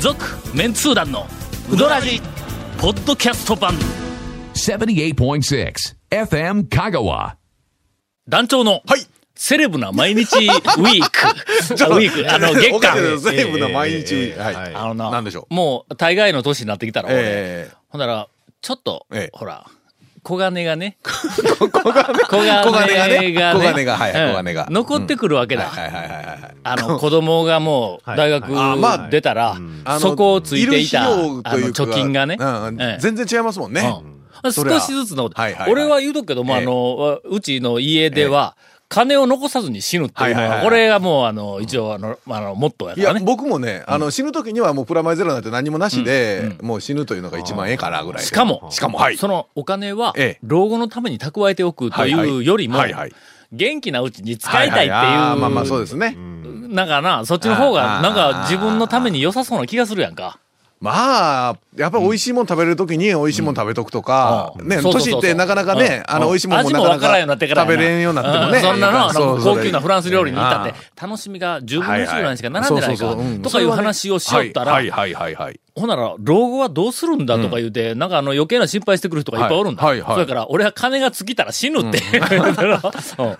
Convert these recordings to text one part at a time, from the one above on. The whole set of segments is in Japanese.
続メンツー団のウドラジポッドキャスト版78.6 FM Kagawa. 団長の、はいセレブな毎日 ウィークあウィークあの月おかしいで間すセーブな毎日ウィークえーはいはいあのなんでしょうもう大概の年になってきたら俺、えほんならちょっと、ええほら小金がね 小小金金がね小金がね小金がはいうん小金が残ってくるわけだ、はいはいはいはいはいあの子供がもうはい大学あまあ出たらあのそこをついていたある費の用というか貯金がね、うんええ全然違いますもんねうんそれは少しずつの、はいはいはい俺は言うとくけども、ええあの、うちの家では、金を残さずに死ぬっていうのはいはいは、はいこれがもう、あの、一応、あの、あの、モットーやいからやね。僕もねあの死ぬ時にはもうプラマイゼロなんて何もなしでもう死ぬというのが一番ええからぐらいでしかも、しかもはいそのお金はええ、老後のために蓄えておくとはいいはういよりもはいはい、元気なうちに使いたいってははあーまあまあいそうですねう、なんかな、そっちの方が、あーなんか自分のために良さそうな気がするやんか。まあやっぱり美味しいもん食べる時に美味しいもん食べとくとかうんねそうそうそう年ってなかなかねうんあの美味しいもんも味なもかわなからんようになかってからや食べれんようになってもうねんそんなの、あそのうそう高級なフランス料理に行ったってええ、楽しみが十分の一ぐらいしかならんでないはかいはいそうそうそうう、んとかいう話をしよったらはい、はいはいはいはいほんなら、老後はどうするんだとか言うて、なんかあの余計な心配してくる人がいっぱいおるんだ。はいはいはいそれから、俺は金が尽きたら死ぬって。 うん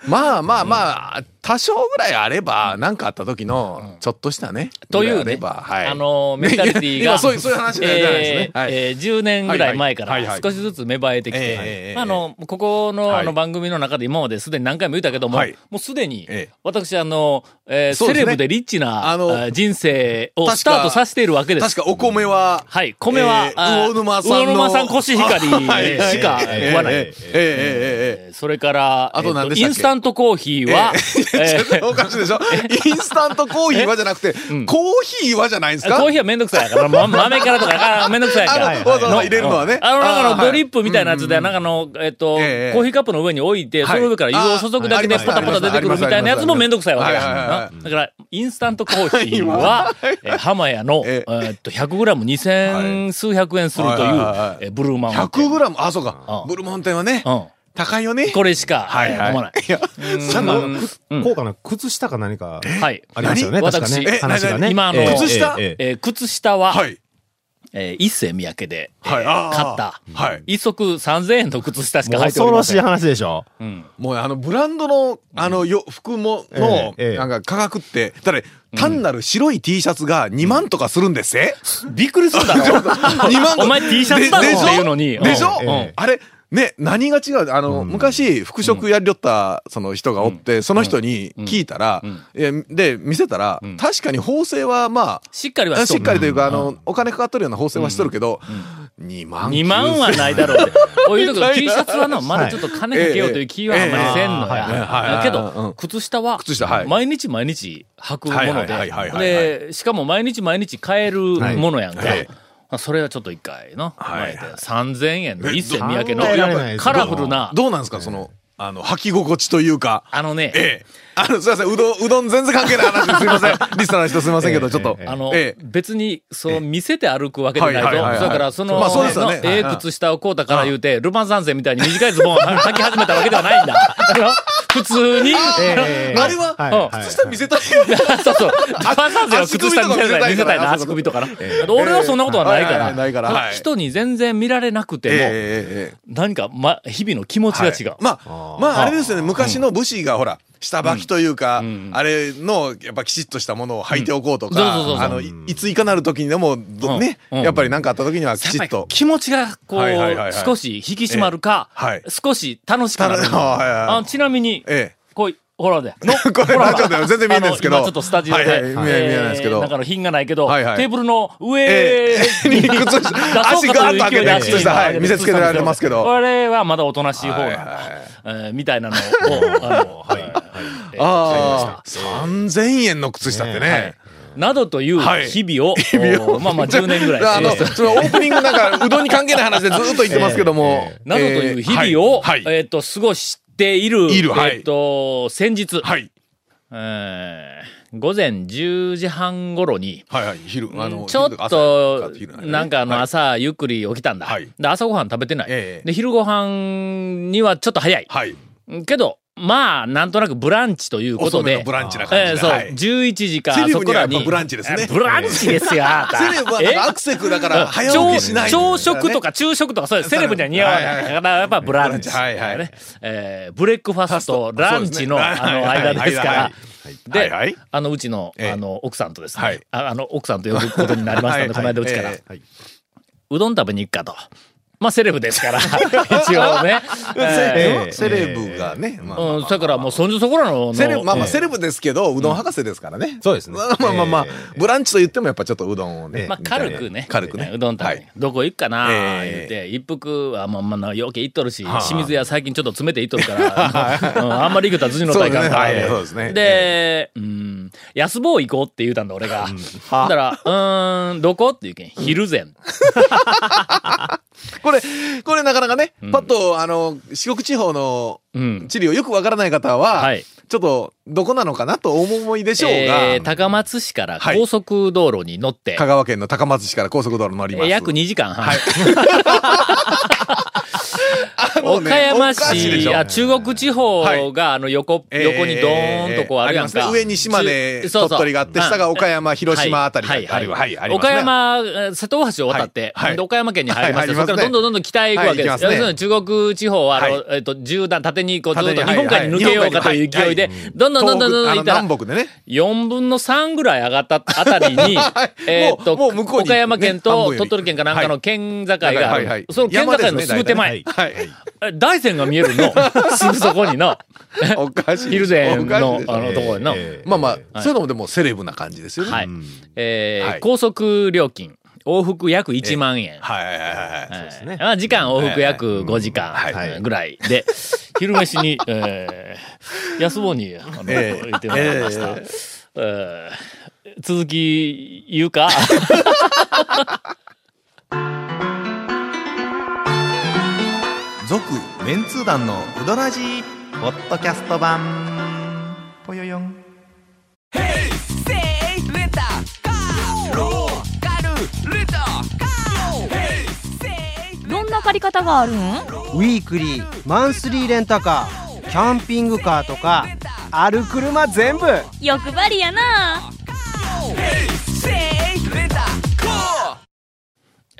まあまあまあ多少ぐらいあれば何かあった時のちょっとしたねというぐらあれね、ばはいあの、メンタリティ今が、そういうそういう話じゃないですねえーはいえー10年ぐらい前かはいはいはらい少しずつ芽生えてきええてええ、まああの、ここのはいあの番組の中で今まですでに何回も言ったけども、はいもうすでにええ、私、あの、えーそうセですねレブでリッチなあのあー人生を確かスタートさせているわけです。確かお米は、はい、米は、えーあー魚沼さんの。魚沼さんコシヒカリしかはい食えーわない。えーえそれから、あと何でしえっイたっけンスタントコーヒーは、ーえーええーえーーちょっとおかしいでしょインスタントコーヒーはじゃなくて、コーヒーはじゃないんですかコーヒーはめんどくさいから、ま、豆からとかあめんどくさいから。あのわざわざ入れるのはね。あの、なんかのドリプ。ップみたいなやつで、なんかの、えっと、コええーヒーカップの上に置いて、その上から湯を注ぐだけであポあタポタ出てくるみたいなやつもめんどくさいわけはいはいはいはだ。だから、インスタントコーヒーは、えー浜屋の、えええーっと、100グラム2000数百円するというはいはいはいはいえー、ブルーマウンテン。 100グラム、あ、そうかう。んブルマウンテンはね、う高いよねん。。これしか、はいえはー飲い。まない。いや、なんかあの、うんく高価な靴下か何かはい。ありましたよね、何確かね私。え話が何ね。々今あのええ靴下えええええー靴下は、はい。えー一世三宅で、えーはいあー買った、はい一足3000円の靴下しかもう入ってお恐りろましせん。い話でしょ。もうあの、ブランドの、あの、よ、服も、の、ええええなんか価格って、だって、単なる白い T シャツが2万とかするんですってびっくりする だろ。 2万お前 T シャツだろででしょっていうのにでしょ、うんうんあれ、ね、何が違うあの、昔、服飾やりよった、その人がおって、その人に聞いたら、いやで、見せたら、確かに縫製は、ましっかりはあ、しとしるっかりというか、あの、お金かかっとるような縫製はしとるけど、2万。 2万はないだ ろうって。こういうとこ T シャツはな、まだちょっと金かけようという気はあんまりせんのええはええええいや。はだいけどうん、靴下は靴下はい、毎日毎日履くものはいはいはいはいはいで、で、しかも毎日毎日買えるものやんかはいはい。まあそれはちょっと一回の、はいはい3000円の一世三宅の考えられないですカラフルな、どうなんですか、その、あの、履き心地というか、あのね、ええ。あの、すいません、うどん、うどん全然関係ない話ですい ません。リスナーの人すいませんけど、ちょっと。ええあの、ええ別に、そう、見せて歩くわけじゃないと。はいはいはいはだいから、その、まあそうですよねのええはい靴下を買うたから言うて、ルパン三世みたいに短いズボンを履き始めたわけではないんだ。 あの普通に、え えあれは靴下見せたい。 そうそう。ルパン三世は靴下見せたい、見せ足首とか見せたたいいな、な足首とかな。俺はそんなことはないかはいはら。いないからはい人に全然見られなくても、ええええええ何か、ま、日々の気持ちが違う。まあ、まあ、あれですよね、昔の武士がほら、下履きというか、あれの、やっぱきちっとしたものを履いておこうとうんそうそうそうそうか、あの、いいついかなる時にでも、どね、うんやっぱり何かあった時にはきやっちぱっりと。気持ちがこう、はいはいはいはい少し引き締まるか、ええはい少し楽しくなるたの はいはいはいあのちなみに、ええこう、ほらで。これ、ほらまあちょっと全然見えないですけあのど。今ちょっとスタジオで、はいはい見えない見えないですけえーどなん。かの品がないけど、はいはいテーブルの上ええに、靴 下出そうかという足ガーッと開けて勢いで足靴下はいうん見せつけられてますけどこれはまだおとなしい方はいが、はいえーみたいなのを、 あの、はいえーああ、3000円の靴下ってね。などというはい日 々を、おまあまあ10年ぐらい。あの、そのオープニングなんか、うどんに関係ない話でずっと言ってますけども。などという日々を、えーはいはいえっ、と、過ごしている、いるはいえっ、と、先日、はい。えー午前10時半頃に、はいはい、昼、あの、ちょっ昼かと朝昼、ねなんかあの、はい朝、ゆっくり起きたんだ。はいで、朝ごはん食べてない。ええで、昼ごはんにはちょっと早い。はい。けど、まあ、なんとなくブランチということ遅めでの。ブランチな感じでえーそう、はい11時か、セレブにはそこらやに。っぱブランチですねえーブランチですよ、あなたセレブはなんかアクセクだから早起きしない、朝食と。か昼食とかそうです。セレブには似合わない。だからやっぱブランチ。はいはいはいえーブレックファスト、ファストランチの、そうですねあの間ですかはいはらい。で、はいはいあの、うちの、ええあの、奥さんとですね、はいああの、奥さんと呼ぶことになりましたので、この間うちから、うどん食べに行くかと。まあ、セレブですから、一応ね。ええーセレブがね、まあーうん、だからもう、そんじょそこらの、セレブ、まあまあ、えーセレブですけど、うどん博士ですからね。そうですねまあまあまあまあえ、ブランチと言ってもやっぱちょっとうどんをね。まあ、軽くね。軽くね。うどん食はべにい。どこ行くかなええ言って、一服は、まあまあまあ、余計行っとるし、はあ清水屋最近ちょっと詰めて行っとる から、うんあんまり行くとは辻のそう体ですね。感はい、がそう。ですね。で、うん、安坊行こうって言うたんだ、俺が。だから、うーん、どこって言うけん、昼前。これ、これなかなかね、パッと、あの、四国地方のうん地理をよくわからない方は、はいちょっと、どこなのかなとお思いでしょうが、えー高松市から高速道路に乗って、香川県の高松市から高速道路乗ります。約2時間半。あの ね岡山おかしいで市、しょあ中国地方が、あの、横、えー横にドーンとこうあるやんりか。ますね上に島根、そうそう鳥取があって、下が岡山、広島あたりがあはるいはいははいい、あはいります岡ね。山、えー瀬戸大橋を渡って、はいはいで岡山県に入りまして、はい入りますねそこからどんどんどんどん北へ行くわけではす。い行きます要すねるに中国地方は、あのはいえっ、と、縦段、縦にこう、ずっ縦とに日本海に抜はけいよはういかという勢いではいは、どんどんどんどんどんどん行ったあらの、南北でね。 4分の3ぐらい上がったあたり に、えーっと、もうもう向こうに岡山県ね半と分より鳥取県かなんかの県境があはいる。はいその県境のすぐ手前、はい。え大山が見える の、すぐそこにの、おかしい。昼前のおかしいでしょあのところにのえーまあまあ、そういうのもでもセレブな感じですよね。はいえーはい高速料金、往復約1万円。はいはいはいはい。そうですねあ時間往復約5時間はいえーぐらいで、昼飯に、えー、安坊に、あの、ええ行ってもらいました。えー続き、言うか続メンツー団のウドラジーポッドキャスト版ぽよよんどんな借り方があるんウィークリーマンスリーレンタカーキャンピングカーとかある車全部欲張りやな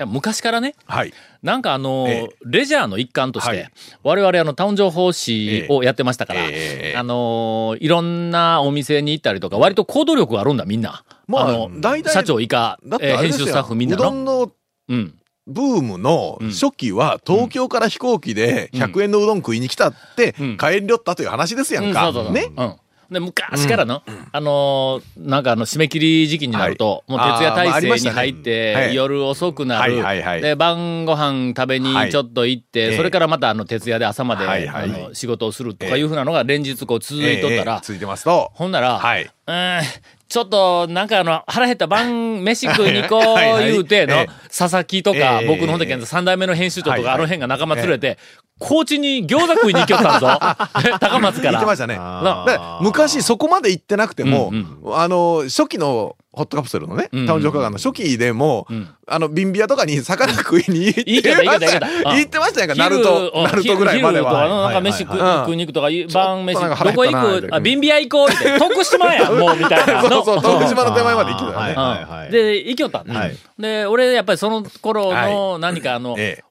昔からね、はい。なんかあの、ええレジャーの一環として、はい我々あの、タウン情報誌をやってましたから、えええあのーいろんなお店に行ったりとか、割と行動力があるんだ、みんな。まあの、大体社長以下、だってえーあ編れです集よスタッフみんなうどの。んのうん。ブームの初期は東京から飛行機でん100円のうどん食いに来たってうん帰りよったという話ですやんうかん、そうそう。そうね。うんで昔からの、あのーなんかあの締め切り時期になると、もはいう徹夜あーまああ体りま制しにたね入って、はい夜遅くなる、はいはいはいで晩ご飯食べにはいちょっと行って、ええそれからまたあの徹夜で朝まで、はいはいあの仕事をするとかいうふうなのが連日こう続いとったら、ええついてますと。ほんなら、はい。うーんちょっと、なんかあの、腹減った晩飯食いに行こう はいはい言うてのええ、佐々木とかえ、え僕のほんでけん3代目の編集長はといはか、いあの辺が仲間連れて、高知に餃子食いに行きよった んぞ。高松か行ってまらし。たね。だあーから昔そこまで行ってなくてもう、あの、初期のホットカプセルのねんうん、タウン情報館の初期でもん、あの、ビンビアとかに魚食いに行っいいけどてまいいけどいいしけた。どうん 行ってましたやんか、ナル昼ト、ナルトぐらいまで昼とかは。のなんか飯食はいはいはい食いに行くとか、晩飯、ちょっとなんかど腹こ減ったな行みたくいなあ、ビンビア行こう って、徳島やん、もう、みたいな。そうのそう、徳島の手前まで行きたよはいね。はいはい。で、行きよったんはいで、俺、やっぱりその頃の、何かあの、ええ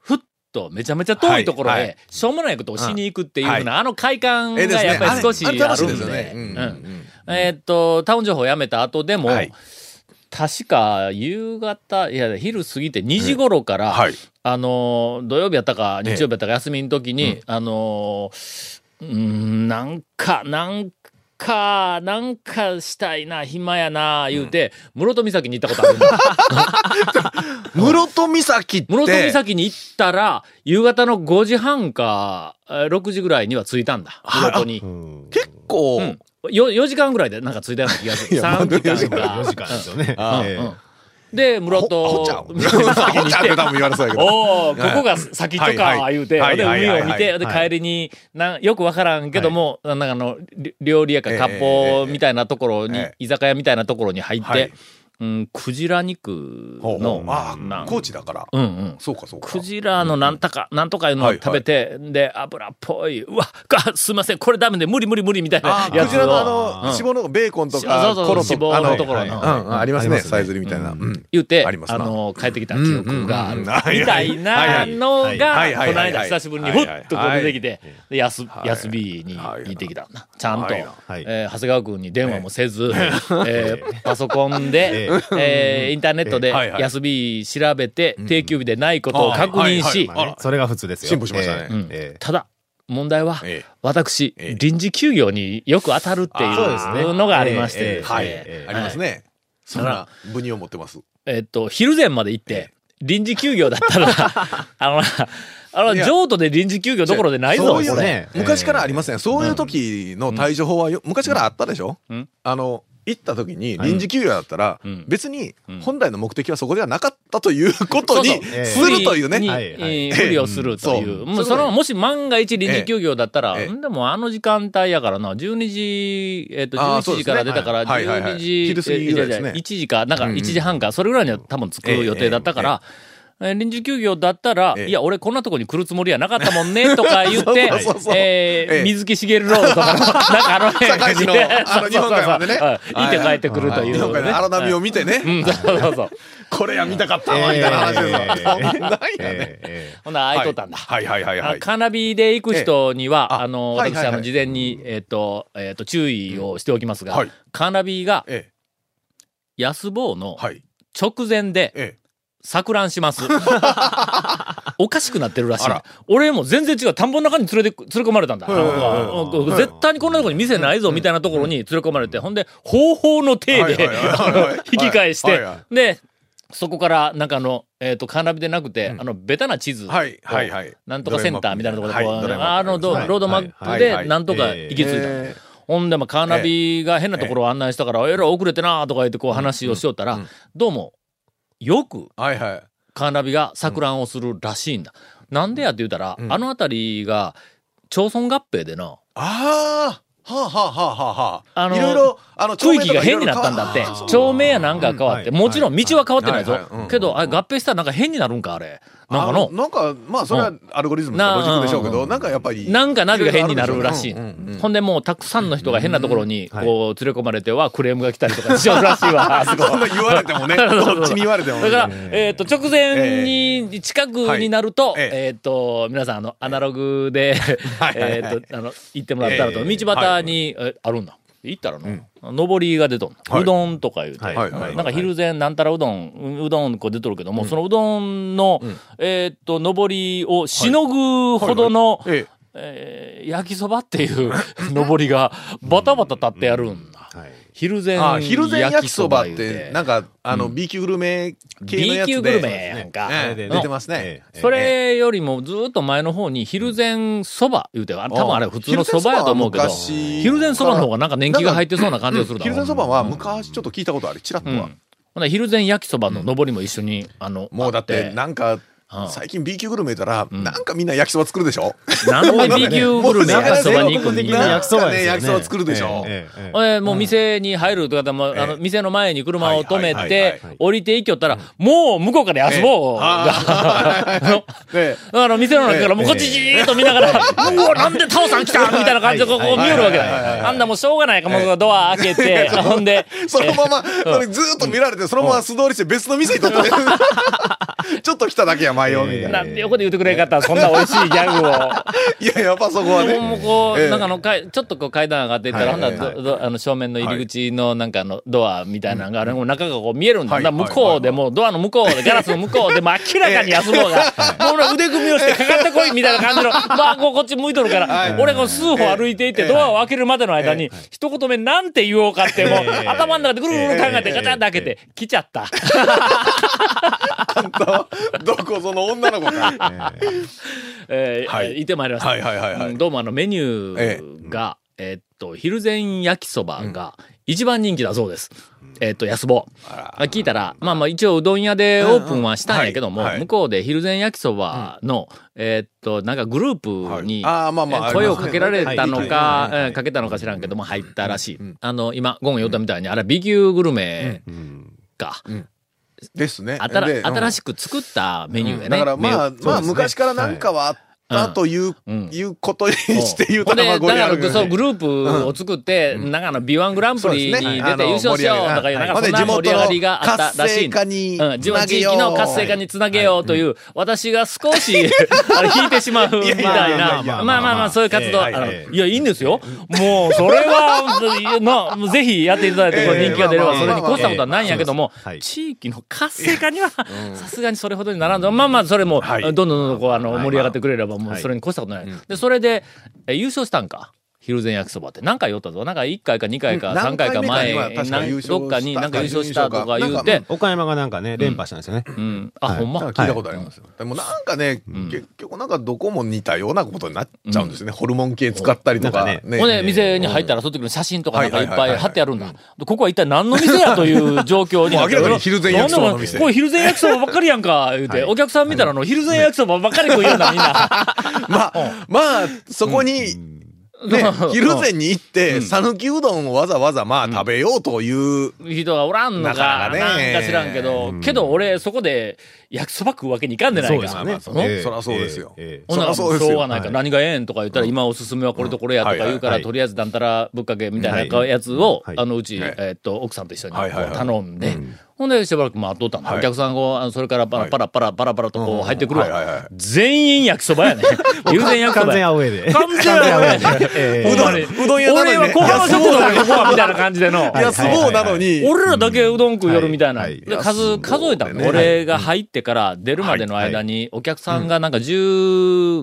ふっとめちゃめちゃ遠いところはいはで、しょうもないことをしに行くっていうふうな、あの快感がええですねやっぱり少しああるんれであれ楽しいですよね。うんううんんえーっと、タウン情報をやめた後でもはい、確か夕方、いや、昼過ぎて2時頃かうんら、はい。あのー、土曜日やったか、日ええ曜日やったか、休みの時に、あのー、うーん、なんか、なんか、なんかしたいな、暇やな、言うて、室戸岬に行ったことあるんだ。室戸岬って。室戸岬に行ったら、夕方の5時半か、えー6時ぐらいには着いたんだ。は室い戸に。結構、うん。よ4時間ぐらいでなんか着いたような気がする。いやま3あ時間4時か。間ですよね。あえうーんで、 室ほほっちゃ戸ん。ほっ岬に行っちゃんってて多分言われそうやけど。おお、ここが先とはいか、はい言うて、はいで、はい海はいを見て、で、はい帰りに、なんよくわからんけども、なんかあの、り料理屋か、ええ割烹みたいなところにええ、居酒屋みたいなところに入っはてい、うん、クジラ肉ほうほのう、あなあん高知だからうんうん。そうかそうかクジラのなんとか、なんとかいうのを食べて、で、油っぽい、うわ、がすいません、これダメで、無理無理無理みたいあなあやクつジラのあをの脂肪のベーコンとあかそうそうコロとか脂肪のあところはいのはいうんうんありますあねりますねサイズリみたいなうん言うて、ありますあなの、帰ってきた記憶がある。うみんうんうんはいたいなのはいが、はこいはいはいのはい間久しぶりに、はいふはいっとこう出てきて、で安、安日にはい行ってきたな。ちゃんと、はいはいえー長谷川君に電話もせず、えーパソコンで、えーインターネットでええはいはい安日調べて、定休日でないことを確認し、まあねそれが普通ですよ。進歩しましたねえうんええただ、問題は、ええ私、ええ臨時休業によく当たるっていあーそうですうのがありまして、ええええはいええありますねそんな部にを持ってますえっと、昼前まで行って、臨時休業だったら、 あのな、あのいな、や譲渡で臨時休業どころでないぞ、そこういうれ。ね昔からありませんそういう時の対処法はよ昔からあったでしょうんあの行った時に臨時休業だったらうん別にん本来の目的はそこではなかったということそうにそうええするというにねはいはいえーふりをするとい。そううもうその、もし万が一臨時休業だったら、ええんでもあの時間帯やからな、12時、えっと、あー11時からそうで出すねたから、はいはいはい12時、昼過ぎぐらいですね1時か、なんかうんうん1時半か、それぐらいには多分着く予定だったから、えー臨時休業だったら、ええいや、俺こんなとこに来るつもりはなかったもんね、とか言って そうそうそうそう、ええーえ水木しげるロード とかの、なんかあの辺堺 市のあの日本海までねそうそうそううん行って帰ってくるとい日う本海ね。の荒波を見てねうん、そうそうそう。これや見たかったええわみたいな話ですよええそんなんや ねほな、空いええとったんだ。はいはいはいはあいカーナビで行く人には、ええああの、はい私、はいはいあの、事前に、えっ、と、えっ、と、注意をしておきますが、はいカーナビが、ええ安坊のはい直前で、ええ錯乱し ます。おかしくなってるらしいあら。俺も全然違う。田んぼの中に連れて、連れ込まれたんだ。うんなんかうん絶対にこんなとこに店ないぞ、みたいなところに連れ込まれて、ほんで、方法の体はいで、 はいあはいはいの引き返してはいは、で、そこから、なんかあの、えっ、と、カーナビでなくて、うんあの、ベタな地図。はいはいはいなんとかセンターみたいなところで、こう、はいドラえもんあの、どはいロードマップで、なんとか行き着いた。ええほんで、まあ、カーナビが変なところを案内したから、えらい遅れてなとか言って、こう話をしよったら、どうも、よくはいはいカーナビが錯乱をするらしいんだ。なんでやって言うたら、うんあの辺りが、町村合併でな、ああはあはあはあはああのいろいろあの区域が変になったんだって町名とかいろいろ変わ。町名やなんか変わって、うんもちろん道は変わってないぞはいはいはいうん。けど、あれ合併したらなんか変になるんか、あれ。なんかあの、なんかまあそれはアルゴリズムとかロジックでしょうけどなんかやっぱりなんかナビが変になるらしい。うんうんうんほんでもうたくさんの人が変なところにうんはいこう連れ込まれてはクレームが来たりとかしようらしい わ。あそこそんな言われてもね そうそうそうどっちに言われてもだねから、えっ、と、直前に、近くになると、えええっ、と、皆さん、あの、アナログで、はいはいはいえっと、あの、行ってもらったらと、ええ道端に、えあるんだ。行ったらの、上りが出とんの、はいうどんとか言うて、はいはいはいなんか昼前なんたらうどん、ううどんこう出とるけども、そのうどんの、えっと、上りをしのぐほどの、ええー焼きそばっていう 上りがバタバタ立ってやるんだ。えはい昼え前あ昼前焼きそばっ言うてなんかあの B 級グルメ系の B やつで級グルメやんか。ええで出てますえねえそれよりもずーっと前の方に昼前そば言うて、あ多分あれ普通のそばやと思うけど、昼前そば昼前そは昔ばの方がなんか年季が入ってそうな感じがするだろ昼前そばは昔ちょっと聞いたことあるちらっとうんはほな昼前焼きそばの上りも一緒に、あの、もうだっあてなんかうん最近 B 級グルメ言ったらなんかみんな焼きそば作るで しょなんで B 級グルメ焼きそばに行くもうみ全ん然な焼きそばなんかですねよね焼きそば作るでしょええええ、えーもう店に入るとかでも、あの、店の前に車を止めはいはいはいてはい降りていきよったら、もう向こうから遊ぼうが、あ のであの、店の中からもうこっちじーっと見ながら、うお、なんでタオさん来たみたいな感じでこうこう見よるわけはいはいはいはいだ。あんなもうしょうがないから、もうドア開けて、ほんで、そのまま、それずーっと見られて、そのまま素通りして別の店に とって、ちょっと来ただけや、迷うみたいな。なんで横で言ってくれんかったら、そんな美味しいギャグを。いや、やっぱそこはほんね。もこう、ええなんかあのかい、ちょっとこう階段上がっていったら、はほいんならはいどどあの正面の入り口のなんかあのドアみたいなのがあれ、もう中がこう見えるんだ。はいだから向こうでもうドアの向こう で、ガラスの向こうでもう明らかに安坊が、もう俺腕組みをしてかかってこいみたいな感じの、まあこうこっち向いとるから、俺こう数歩歩いていって、ドアを開けるまでの間に、一言目なんて言おうかって、もう頭の中でぐるぐる考えて、ガチャンと開けて、来ちゃった。 どこその女の子か。えーはいいてまいりました。はいはいはいはいうんどうもあのメニューが、えーっと、昼前焼きそばが一番人気だそうです。えーっと、安坊。聞いたら、まあまあ一応うどん屋でオープンはしたんやけども、うんうんはいはい向こうで昼前焼きそばの、えーっと、なんかグループに、はいあーまあまあえー声をかけられたのかはいはいはいは、いえーかけたのか知らんけども、入ったらしい。あの、今、ゴン言ったみたいに、あれは B 級グルメうんか。ですね。あたらで新ししく作ったメニューやね。だからまあ、メニューまあそうですね昔からなんかはあったという、うんいうことにして言うたほんでらまだあ語か弊あるけらどそうねグループを作って、なんかあの B1 グランプリに出て優勝しようとかいう、なんかそんな盛り上がりがあったらしい。まあね地うん、自分元の活地性化に域の活性化につなげようという、私が少し、あれ、引いてしまうみたいな、いやいやいやいまやあまあまあ、そういう活動、ええあはいのええいや、いいんですよ。もう、それは、なもうぜひやっていただいて、これ人気が出れば、ええそれに越したことはないんやけどもまあまあまあまあまあまあまあまあまあまあ、地域の活性化には、さすがにそれほどにならんと、まあまあ、それも、はいどんどんどんどんこう、あの、盛り上がってくれれば、もう、それに越したことない。で、それで、え優勝したんか。昼前焼きそばって何回言ったぞなんか1回か2回かうん3回か前何回目かには確か優勝なんしたどっかになんか優勝したとか言うなんかうてん岡山がなんかね、連覇したんですよね。うんあはいほんまなんか聞いたことありますよ。でもなんかね、結局なんかどこも似たようなことになっちゃうんですね。ホルモン系使ったりとか。なんかほんで、ね店に入ったら、その時の写真とかなんかいっぱはいはいはいいはい貼ってあるんだ。でここは一体何の店やという状況になってもう明らかに昼前焼きそばの店なんでもこれ昼前焼きそばばっかりやんか、言うて。お客さん見たら、あの、昼前焼きそばばっかり食いよんだ、みん な。まあ、まあ、そこに、ね、昼前に行って、讃岐うどんをわざわざまあ食べようという、人がおらんのなかか、なかねなんか知らんけど、けど俺、そこで焼きそば食うわけにいかんでないか。そうですようんね。そらそうですよええほんならそもりゃそううですよしょうがないから、は何がええんとか言ったら、今おすすめはこれとこれやとか言うかうんはら、いとりあえずだんたらぶっかけみたいなはいやつを、はいあのうち、えっと、奥さんと一緒にこはういはいはい頼んで、ほんでしばらく待っとったんだ。はいお客さんがこうあのそれからパはラいパラパラパラパラとこう入ってくるはいはいはわい。全員焼きそばや ね。友全焼きそ完ば全や。アウェーで。完全アウェーやね。えほえんまにうどん屋なのに俺ねは小浜食堂やここはみたいな感じでの。安坊なのに、俺らだけうどん食うよるみたいな。はいはいでいや数、数えたそうの、だよね俺が入ってから出るまでの間に、お客さんがなんか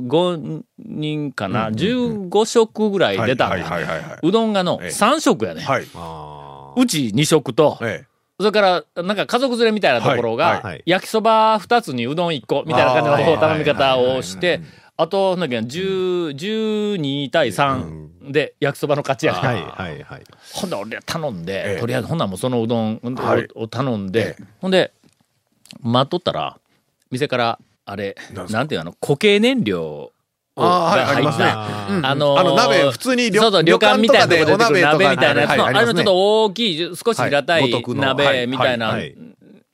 15人かな、15食ぐらい出たんだ、はいはいはいはいはいうどんがのええ3食やね、はい。あうち2食と、えそれから、なんか家族連れみたいなところはいはがい、焼きそば2つにうどん1個みたいなあ感ーじの頼み方をして、あと、なんだっけな、10 12対3で焼きそばの勝ちやあから。はいはいはい。ほんで俺は頼んで、ええとりあえずほんならもうそのうどんを,、はいを頼んで、えほんで待っとったら店からあれなんですかなんていうの固形燃料ああはいがあ入りっまたすねああのーあの鍋普通に旅そうそう旅館みたいなとこで出てくる旅館とか鍋でお鍋とみかたいなやつの、はいあれありのちょますねっと大きい少し平たはいい五徳の鍋みたいなはいはい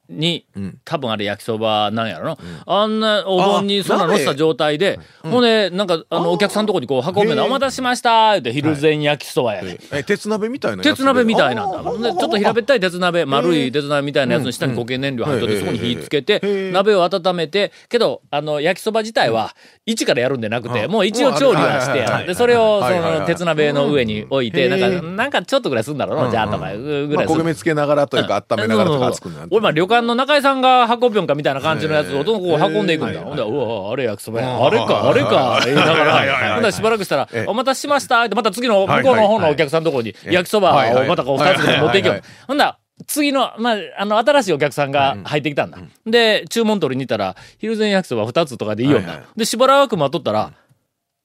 にん多分あれ焼きそばなんやろな、あんなお盆にそんなのした状態で、ほんでなんかあのお客さんのとこにこう運んで「お待たせしました」って昼前焼きそばやね、え、鉄鍋みたいなやつで鉄鍋みたいなんだ。ほんでちょっと平べったい鉄鍋、丸い鉄鍋みたいなやつの下にうん固形燃料入っとって、うんそこに火つけて、鍋を温めて、けど、あの、焼きそば自体は、一からやるんでなくて、うんもう一応調理はしてはやいる、で、それを、そはいはいはいの、鉄鍋の上に置いて、なんか、なんかちょっとぐらいすんだろううな、んじゃあとか、ぐらまあいす焦げる。目つけながらというか温めながらとか熱くなる。俺、まあ、旅館の中井さんが運ぶよんかみたいな感じのやつを、ええどんどんこう運んでいくんだ。ええほんで、うわ、あれ焼きそばや。うんあれか、あれか、言いながはいはいはいはら。いほんで、しばらくしたらええ、お待たせしました、って、また次の、向こうの方のお客さんのところに、焼きそばはいはをいまたこう、二つぐらい持っていくよはいはいはいはい。ほんなら次の、まあ、あの、新しいお客さんが入ってきたんだ。で、注文取りに行ったら、昼前焼きそば2つとかでいいよはいは。ないで、しばらく待っとったら、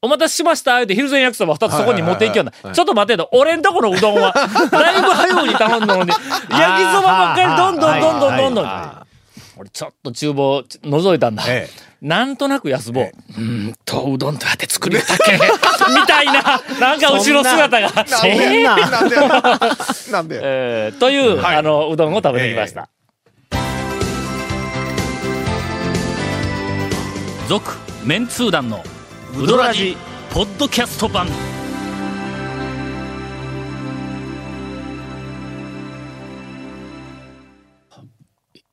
お待たせしましたって、昼前焼きそば2つそこに持っていきよんだ。はいはいはいはいちょっと待てと、俺んとこのうどん は、だいぶ早うに頼んだのに、焼きそばばっかりどんどんどんどんどんどん。俺ちょっと厨房ち覗いたんだ。えなんとなく安坊、うーんと、うどんとあて作りた け、みたいな、なんか後ろ姿が、なんえでーなんでなん でえーという、はいあの、うどんを食べてきました。続、メンツー団の、うどらじ、ポッドキャスト版。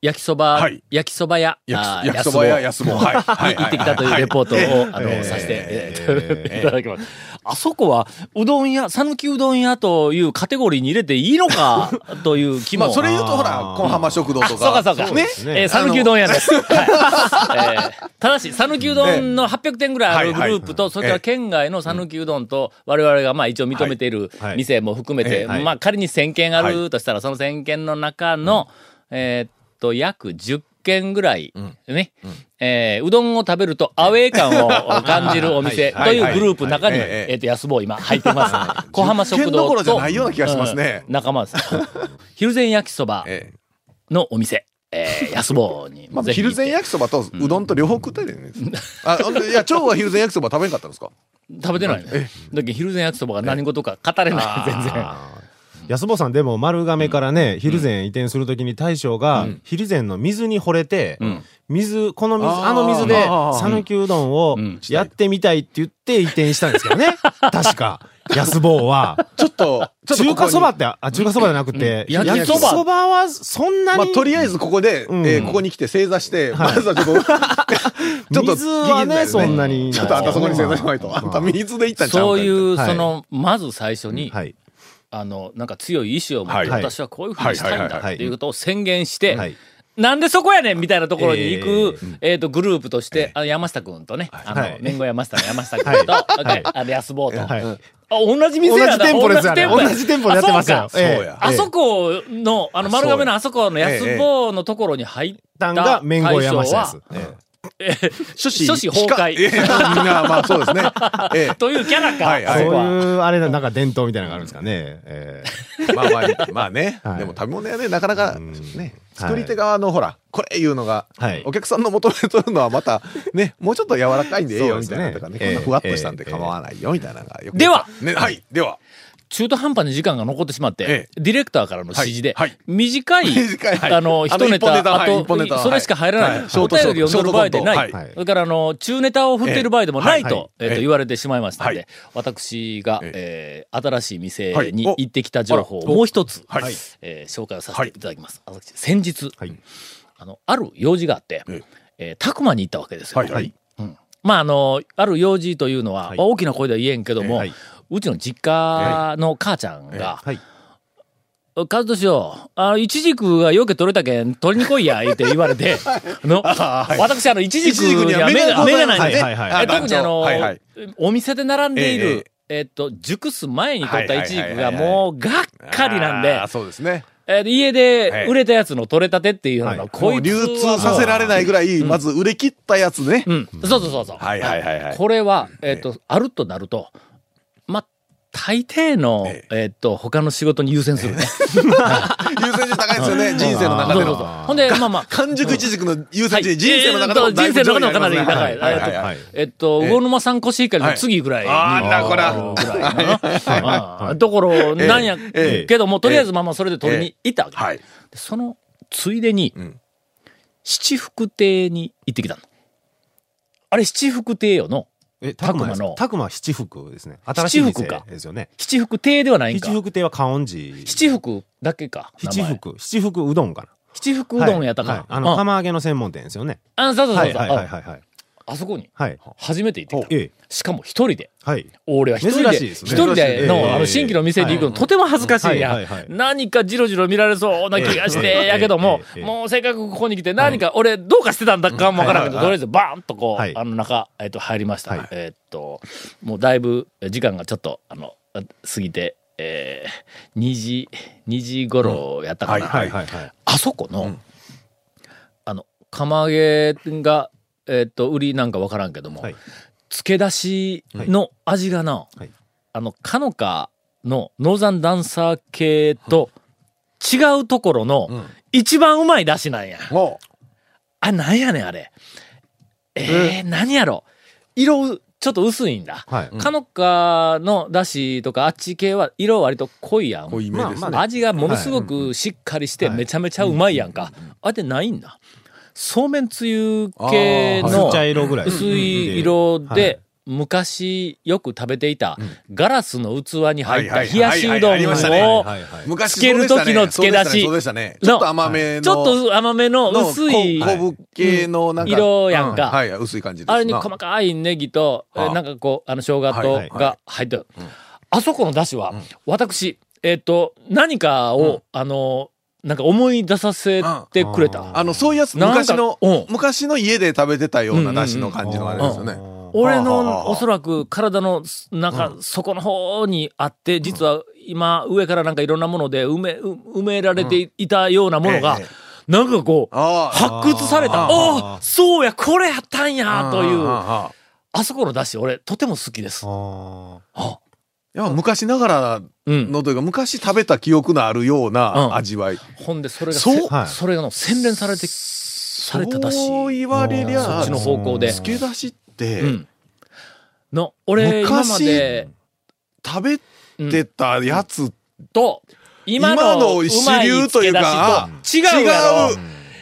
焼きそば、はい焼きそば屋、あー焼きそばや安も。はい。はい行ってきたというレポートを、あの、ええさせて、えええいただきます。あそこは、うどん屋、讃岐うどん屋というカテゴリーに入れていいのか、という気まも。あ、それ言うとほら、小浜食堂とか。そうかそうか。ね。えー、ね讃岐うどん屋です。はい。えーただし、讃岐うどんの800店ぐらいあるグループと、それから県外の讃岐うどんと、我々がまあ一応認めているはい店も含めて、はいまあ仮に1000件あるとしたら、その1000件の中の、えーっと、約10件ぐらい、ね、えーうどんを食べるとアウェー感を感じるお店はといいうグループの中に、はいはいはいえーっと、安坊今入ってます。小浜食堂10件どと。ころじゃないような気がしますねうん仲間です。 昼前焼きそば。ええのお店、 えー、安坊にまあ、ぜひ行昼って。前焼きそばとうどんと両方食ってるね。あ、ほんでいや、腸は昼前焼きそば食べんかったんですか食べてないね。だけど昼前焼きそばが何事か語れない、全然。安坊さんでも丸亀からね、蒜山移転するときに大将が、蒜山の水に惚れて、水、この水、あの水で、讃岐うどんをやってみたいって言って移転したんですけどね。確か、安坊は。ちょっと、 ちょっと中ここ華にそばって、あ、中華そばじゃなくて、うん焼きそばそばはそんなに。まあ、とりあえずここで、んえーここに来て正座して、はいまずはちょっと、 ちょっと、水ギリギはねリだよそんなにちょっとあんたそこに正座しまいと。あんた水で行ったんちゃそういみう、はいその、まず最初に、はい。あの、なんか強い意志を持っはて、い私はこういうふうにしたいんだはいはいはいはいっていうことを宣言して、はい。なんでそこやねんみたいなところに行く、ええっー、と、グループとして、あの、山下くんとね、あの、はい年後山下の山下くんと、はであの、安坊と、はい。あ、同じ店やな同じ店舗ですよねや同じ店舗でやってますよあそうかええそうやあそこの、あの、丸亀のあそこの安坊のところに入ったたんが、麺後山下です。諸子諸子崩 壊いやみんな、まあそうですね。えというキャラか、はいはいそこそうはいう、あれだ、なんか伝統みたいなのがあるんですかね。ええまあまあ、まあね、はいでも食べ物屋ね、なかなか、うんね、はい作り手側のほら、これ言うのが、はいお客さんの求めとるのはまた、ね、もうちょっと柔らかいんでええよ、みたいなとかね、そうですねこんなふわっとしたんでええ構わないよ、みたいなのがよくではね、はい、では、中途半端に時間が残ってしまって、えディレクターからの指示で、はいはい短い、短いは いあの、一あのネ一本ネタタ、はあい一本ネタと、はそれしか入らない。はいショおート便りを読んでる場合でない。ショートショートコントはいそれから、あの、中ネタを振っている場合でもないええと、えっと、ええ言われてしまいましたのはで、私が、えー新しい店にはいお行ってきた情報をもう一つ、はいえー紹介をさせていただきます。私先日、はいあの、ある用事があってええ、えー、たくまに行ったわけですよ。はい、はい。まあ、あの、ある用事というのは、はいまあ大きな声では言えんけども、ええはいうちの実家の母ちゃんが、はい。カズトシよ、あの、イチジクがよけ取れたけん、取りに来いや、言って言われ て、の、私、あの、イチジクには目が、目がないんで、はいはいはいえ特にあの、はいはいお店で並んでいえる、えっと、熟す前に取ったイチジクがはいはいはいはいもう、がっかりなんであー、そうですね。えー家はでい売れたやつの取れたてっていうのはが、いこいもうつは流通させられないぐらい、まず売れ切ったやつね。うん。そうそうそうそう。はいはいはいはいこれは、えっ、と、あるとなると、まあ、大抵の、ええっ、と、他の仕事に優先するね。優先順位高いですよね、人生の中そうでそうそうの。ほんで、まあまあ。完熟一軸の優はい先順位、人生の中でもだいぶえーと人生の中でもかな上り位に高いありますねはいはいはいはい。えっと、魚沼産コシヒカリの次ぐらいに。はいあーなこらぐらいかなあーところなんやええけども、とりあえずまあまあそれで取りに行ったわけ。はい。でそのついでに、うん七福亭に行ってきたの。あれ七福亭よの、え、たくま拓磨のの。たくま七福ですね。新しい七福か店ですよね。七福亭ではないんか七。福亭は観音寺。七福だけか。名七前福。七福うどんかな。七福うどんやったかはいらはい。あの、うん釜揚げの専門店ですよね。あそうそうはそういそうはいはいはいはい。あそこにはい。初めて行ってきた。ええ。しかも一人で。はい。俺は一人珍で、しいで一すね人で珍しいえの、えあの、新規の店に行くはのいとても恥ずかしいやはいはいはいん。何かじろじろ見られそうな気がしえてえ、やけどもえ、えええもうせっかくここに来て何か、俺どうかしてたんだかもわからんけど、はいとりあえずバーンとこ、はいうあの中、えっと、入りましはたい。えっと、もうだいぶ時間がちょっと、あの、過ぎて、えー、2時、2時頃やったかな。はいはいはい。あそこの、あの、釜揚げが、えっと、売りなんかわからんけども、はい漬け出しの味がな、はいあの、かのかのノーザンダンサー系と違うところの一番うまい出汁なんや。もあ、なんやねん、あれ。えー、何やろ。色、ちょっと薄いんだ。はい。かのかの出汁とかあっち系は色割と濃いやん。う、こういうイメージですね。まあ味がものすごくしっかりしてはいめちゃめちゃうまいやんか。あれってないんだ。そうめんつゆ系あーの薄茶色ぐらい。薄い色うんうんうんはいで、昔よく食べていたガラスの器に入ったはいはい冷やしうどはいはいありましたねんをはいはいはい昔つける時のそう付けでしたね出しそうでしたね。のちょっと甘めの。ちょっと甘めのの薄いこ昆布系のなんか。うん色やんかうはい、薄い感じですな。あれに細かいネギと、えはあーなんかこう、あの、生姜はいはといが入ってる。あそこの出汁は、私、えっ、と、何かを、あの、なんか思い出させてくれた。うんあの、そういうやつ、なんか昔のうん、昔の家で食べてたような出汁の感じのあれですよね。俺はあはあはのあおそらく体の中、底の方にあって、実は今上からなんかいろんなもので埋め、う埋められていたようなものが、ええなんかこう、ああ。発掘された。あおあおそうや、これやったんや、という。あああそこの出汁、俺、とても好きです。あいや昔ながらうん。のというか、昔食べた記憶のあるよううんな味わい。ほんで、それがせ、そうはいそれがの洗練されて、された出そう汁。言われりゃ、そっちの方向で。漬け出しっうて、ん。の、俺、今ま昔で、食べてたやつと、今の今のうま主い流付といけう出しかと違うやろ違う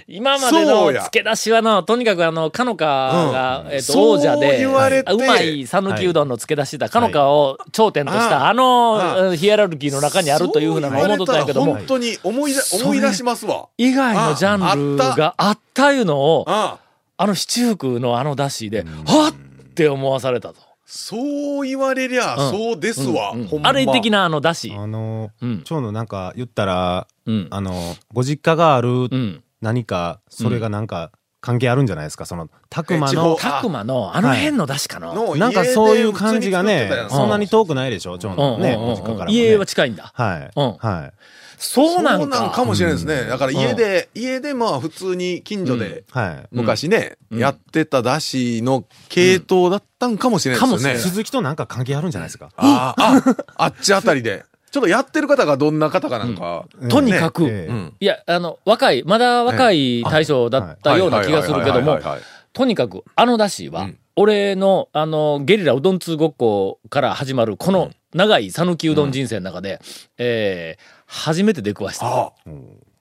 今までそのうや付け出しはな、とにかくあの、かのかが、えっ、と、王者そうで、言われてうまい讃岐うどんの付け出しだ、かのかを頂点とした、あの、ヒエラルキーの中にあるというふうなのを思っとったんやけどそう言もわれ、たら本当に思い出それ思い出しますわ。以外のジャンルがあったいうのを、あああの七福のあの出汁で、はっって思わされたと。そう言われりゃうんそうですわ。うんほんまあれ的なあの出汁。あのうんー、蝶のなんか言ったら、うん。あのー、ご実家があるうん。何か、それがなんか関係あるんじゃないですか、その、たくまえ地の方、たくまのあの辺の出汁かな。のなんかそういう感じがね、んそんなに遠くないでしょ、蝶うんうのんうね、んご実家からもね。家は近いんだ。はい。うんはい。そそううななんんかか。もしれないですね。だからう家んで、家でまあ普通に近所ではい。ん昔ね、うんやってただしの系統だったんかもしれないですよね。鈴木となんか関係あるんじゃないですか。ああ、ああっちあたりで。ちょっとやってる方がどんな方かなんか。とにかく、ええうんいや、あの、若い、まだ若い大将だったような気がするけどはもいはいはいはい、はいはいとにかく、あの出汁うはん、俺の、あの、ゲリラうどん通ごっこから始まる、この長い讃岐うどん人生の中で、えー初めて出くわした。ああ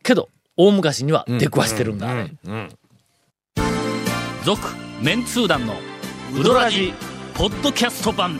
けど、大昔には出くわしてるんだ。うん続メンツー団のウドラジポッドキャスト版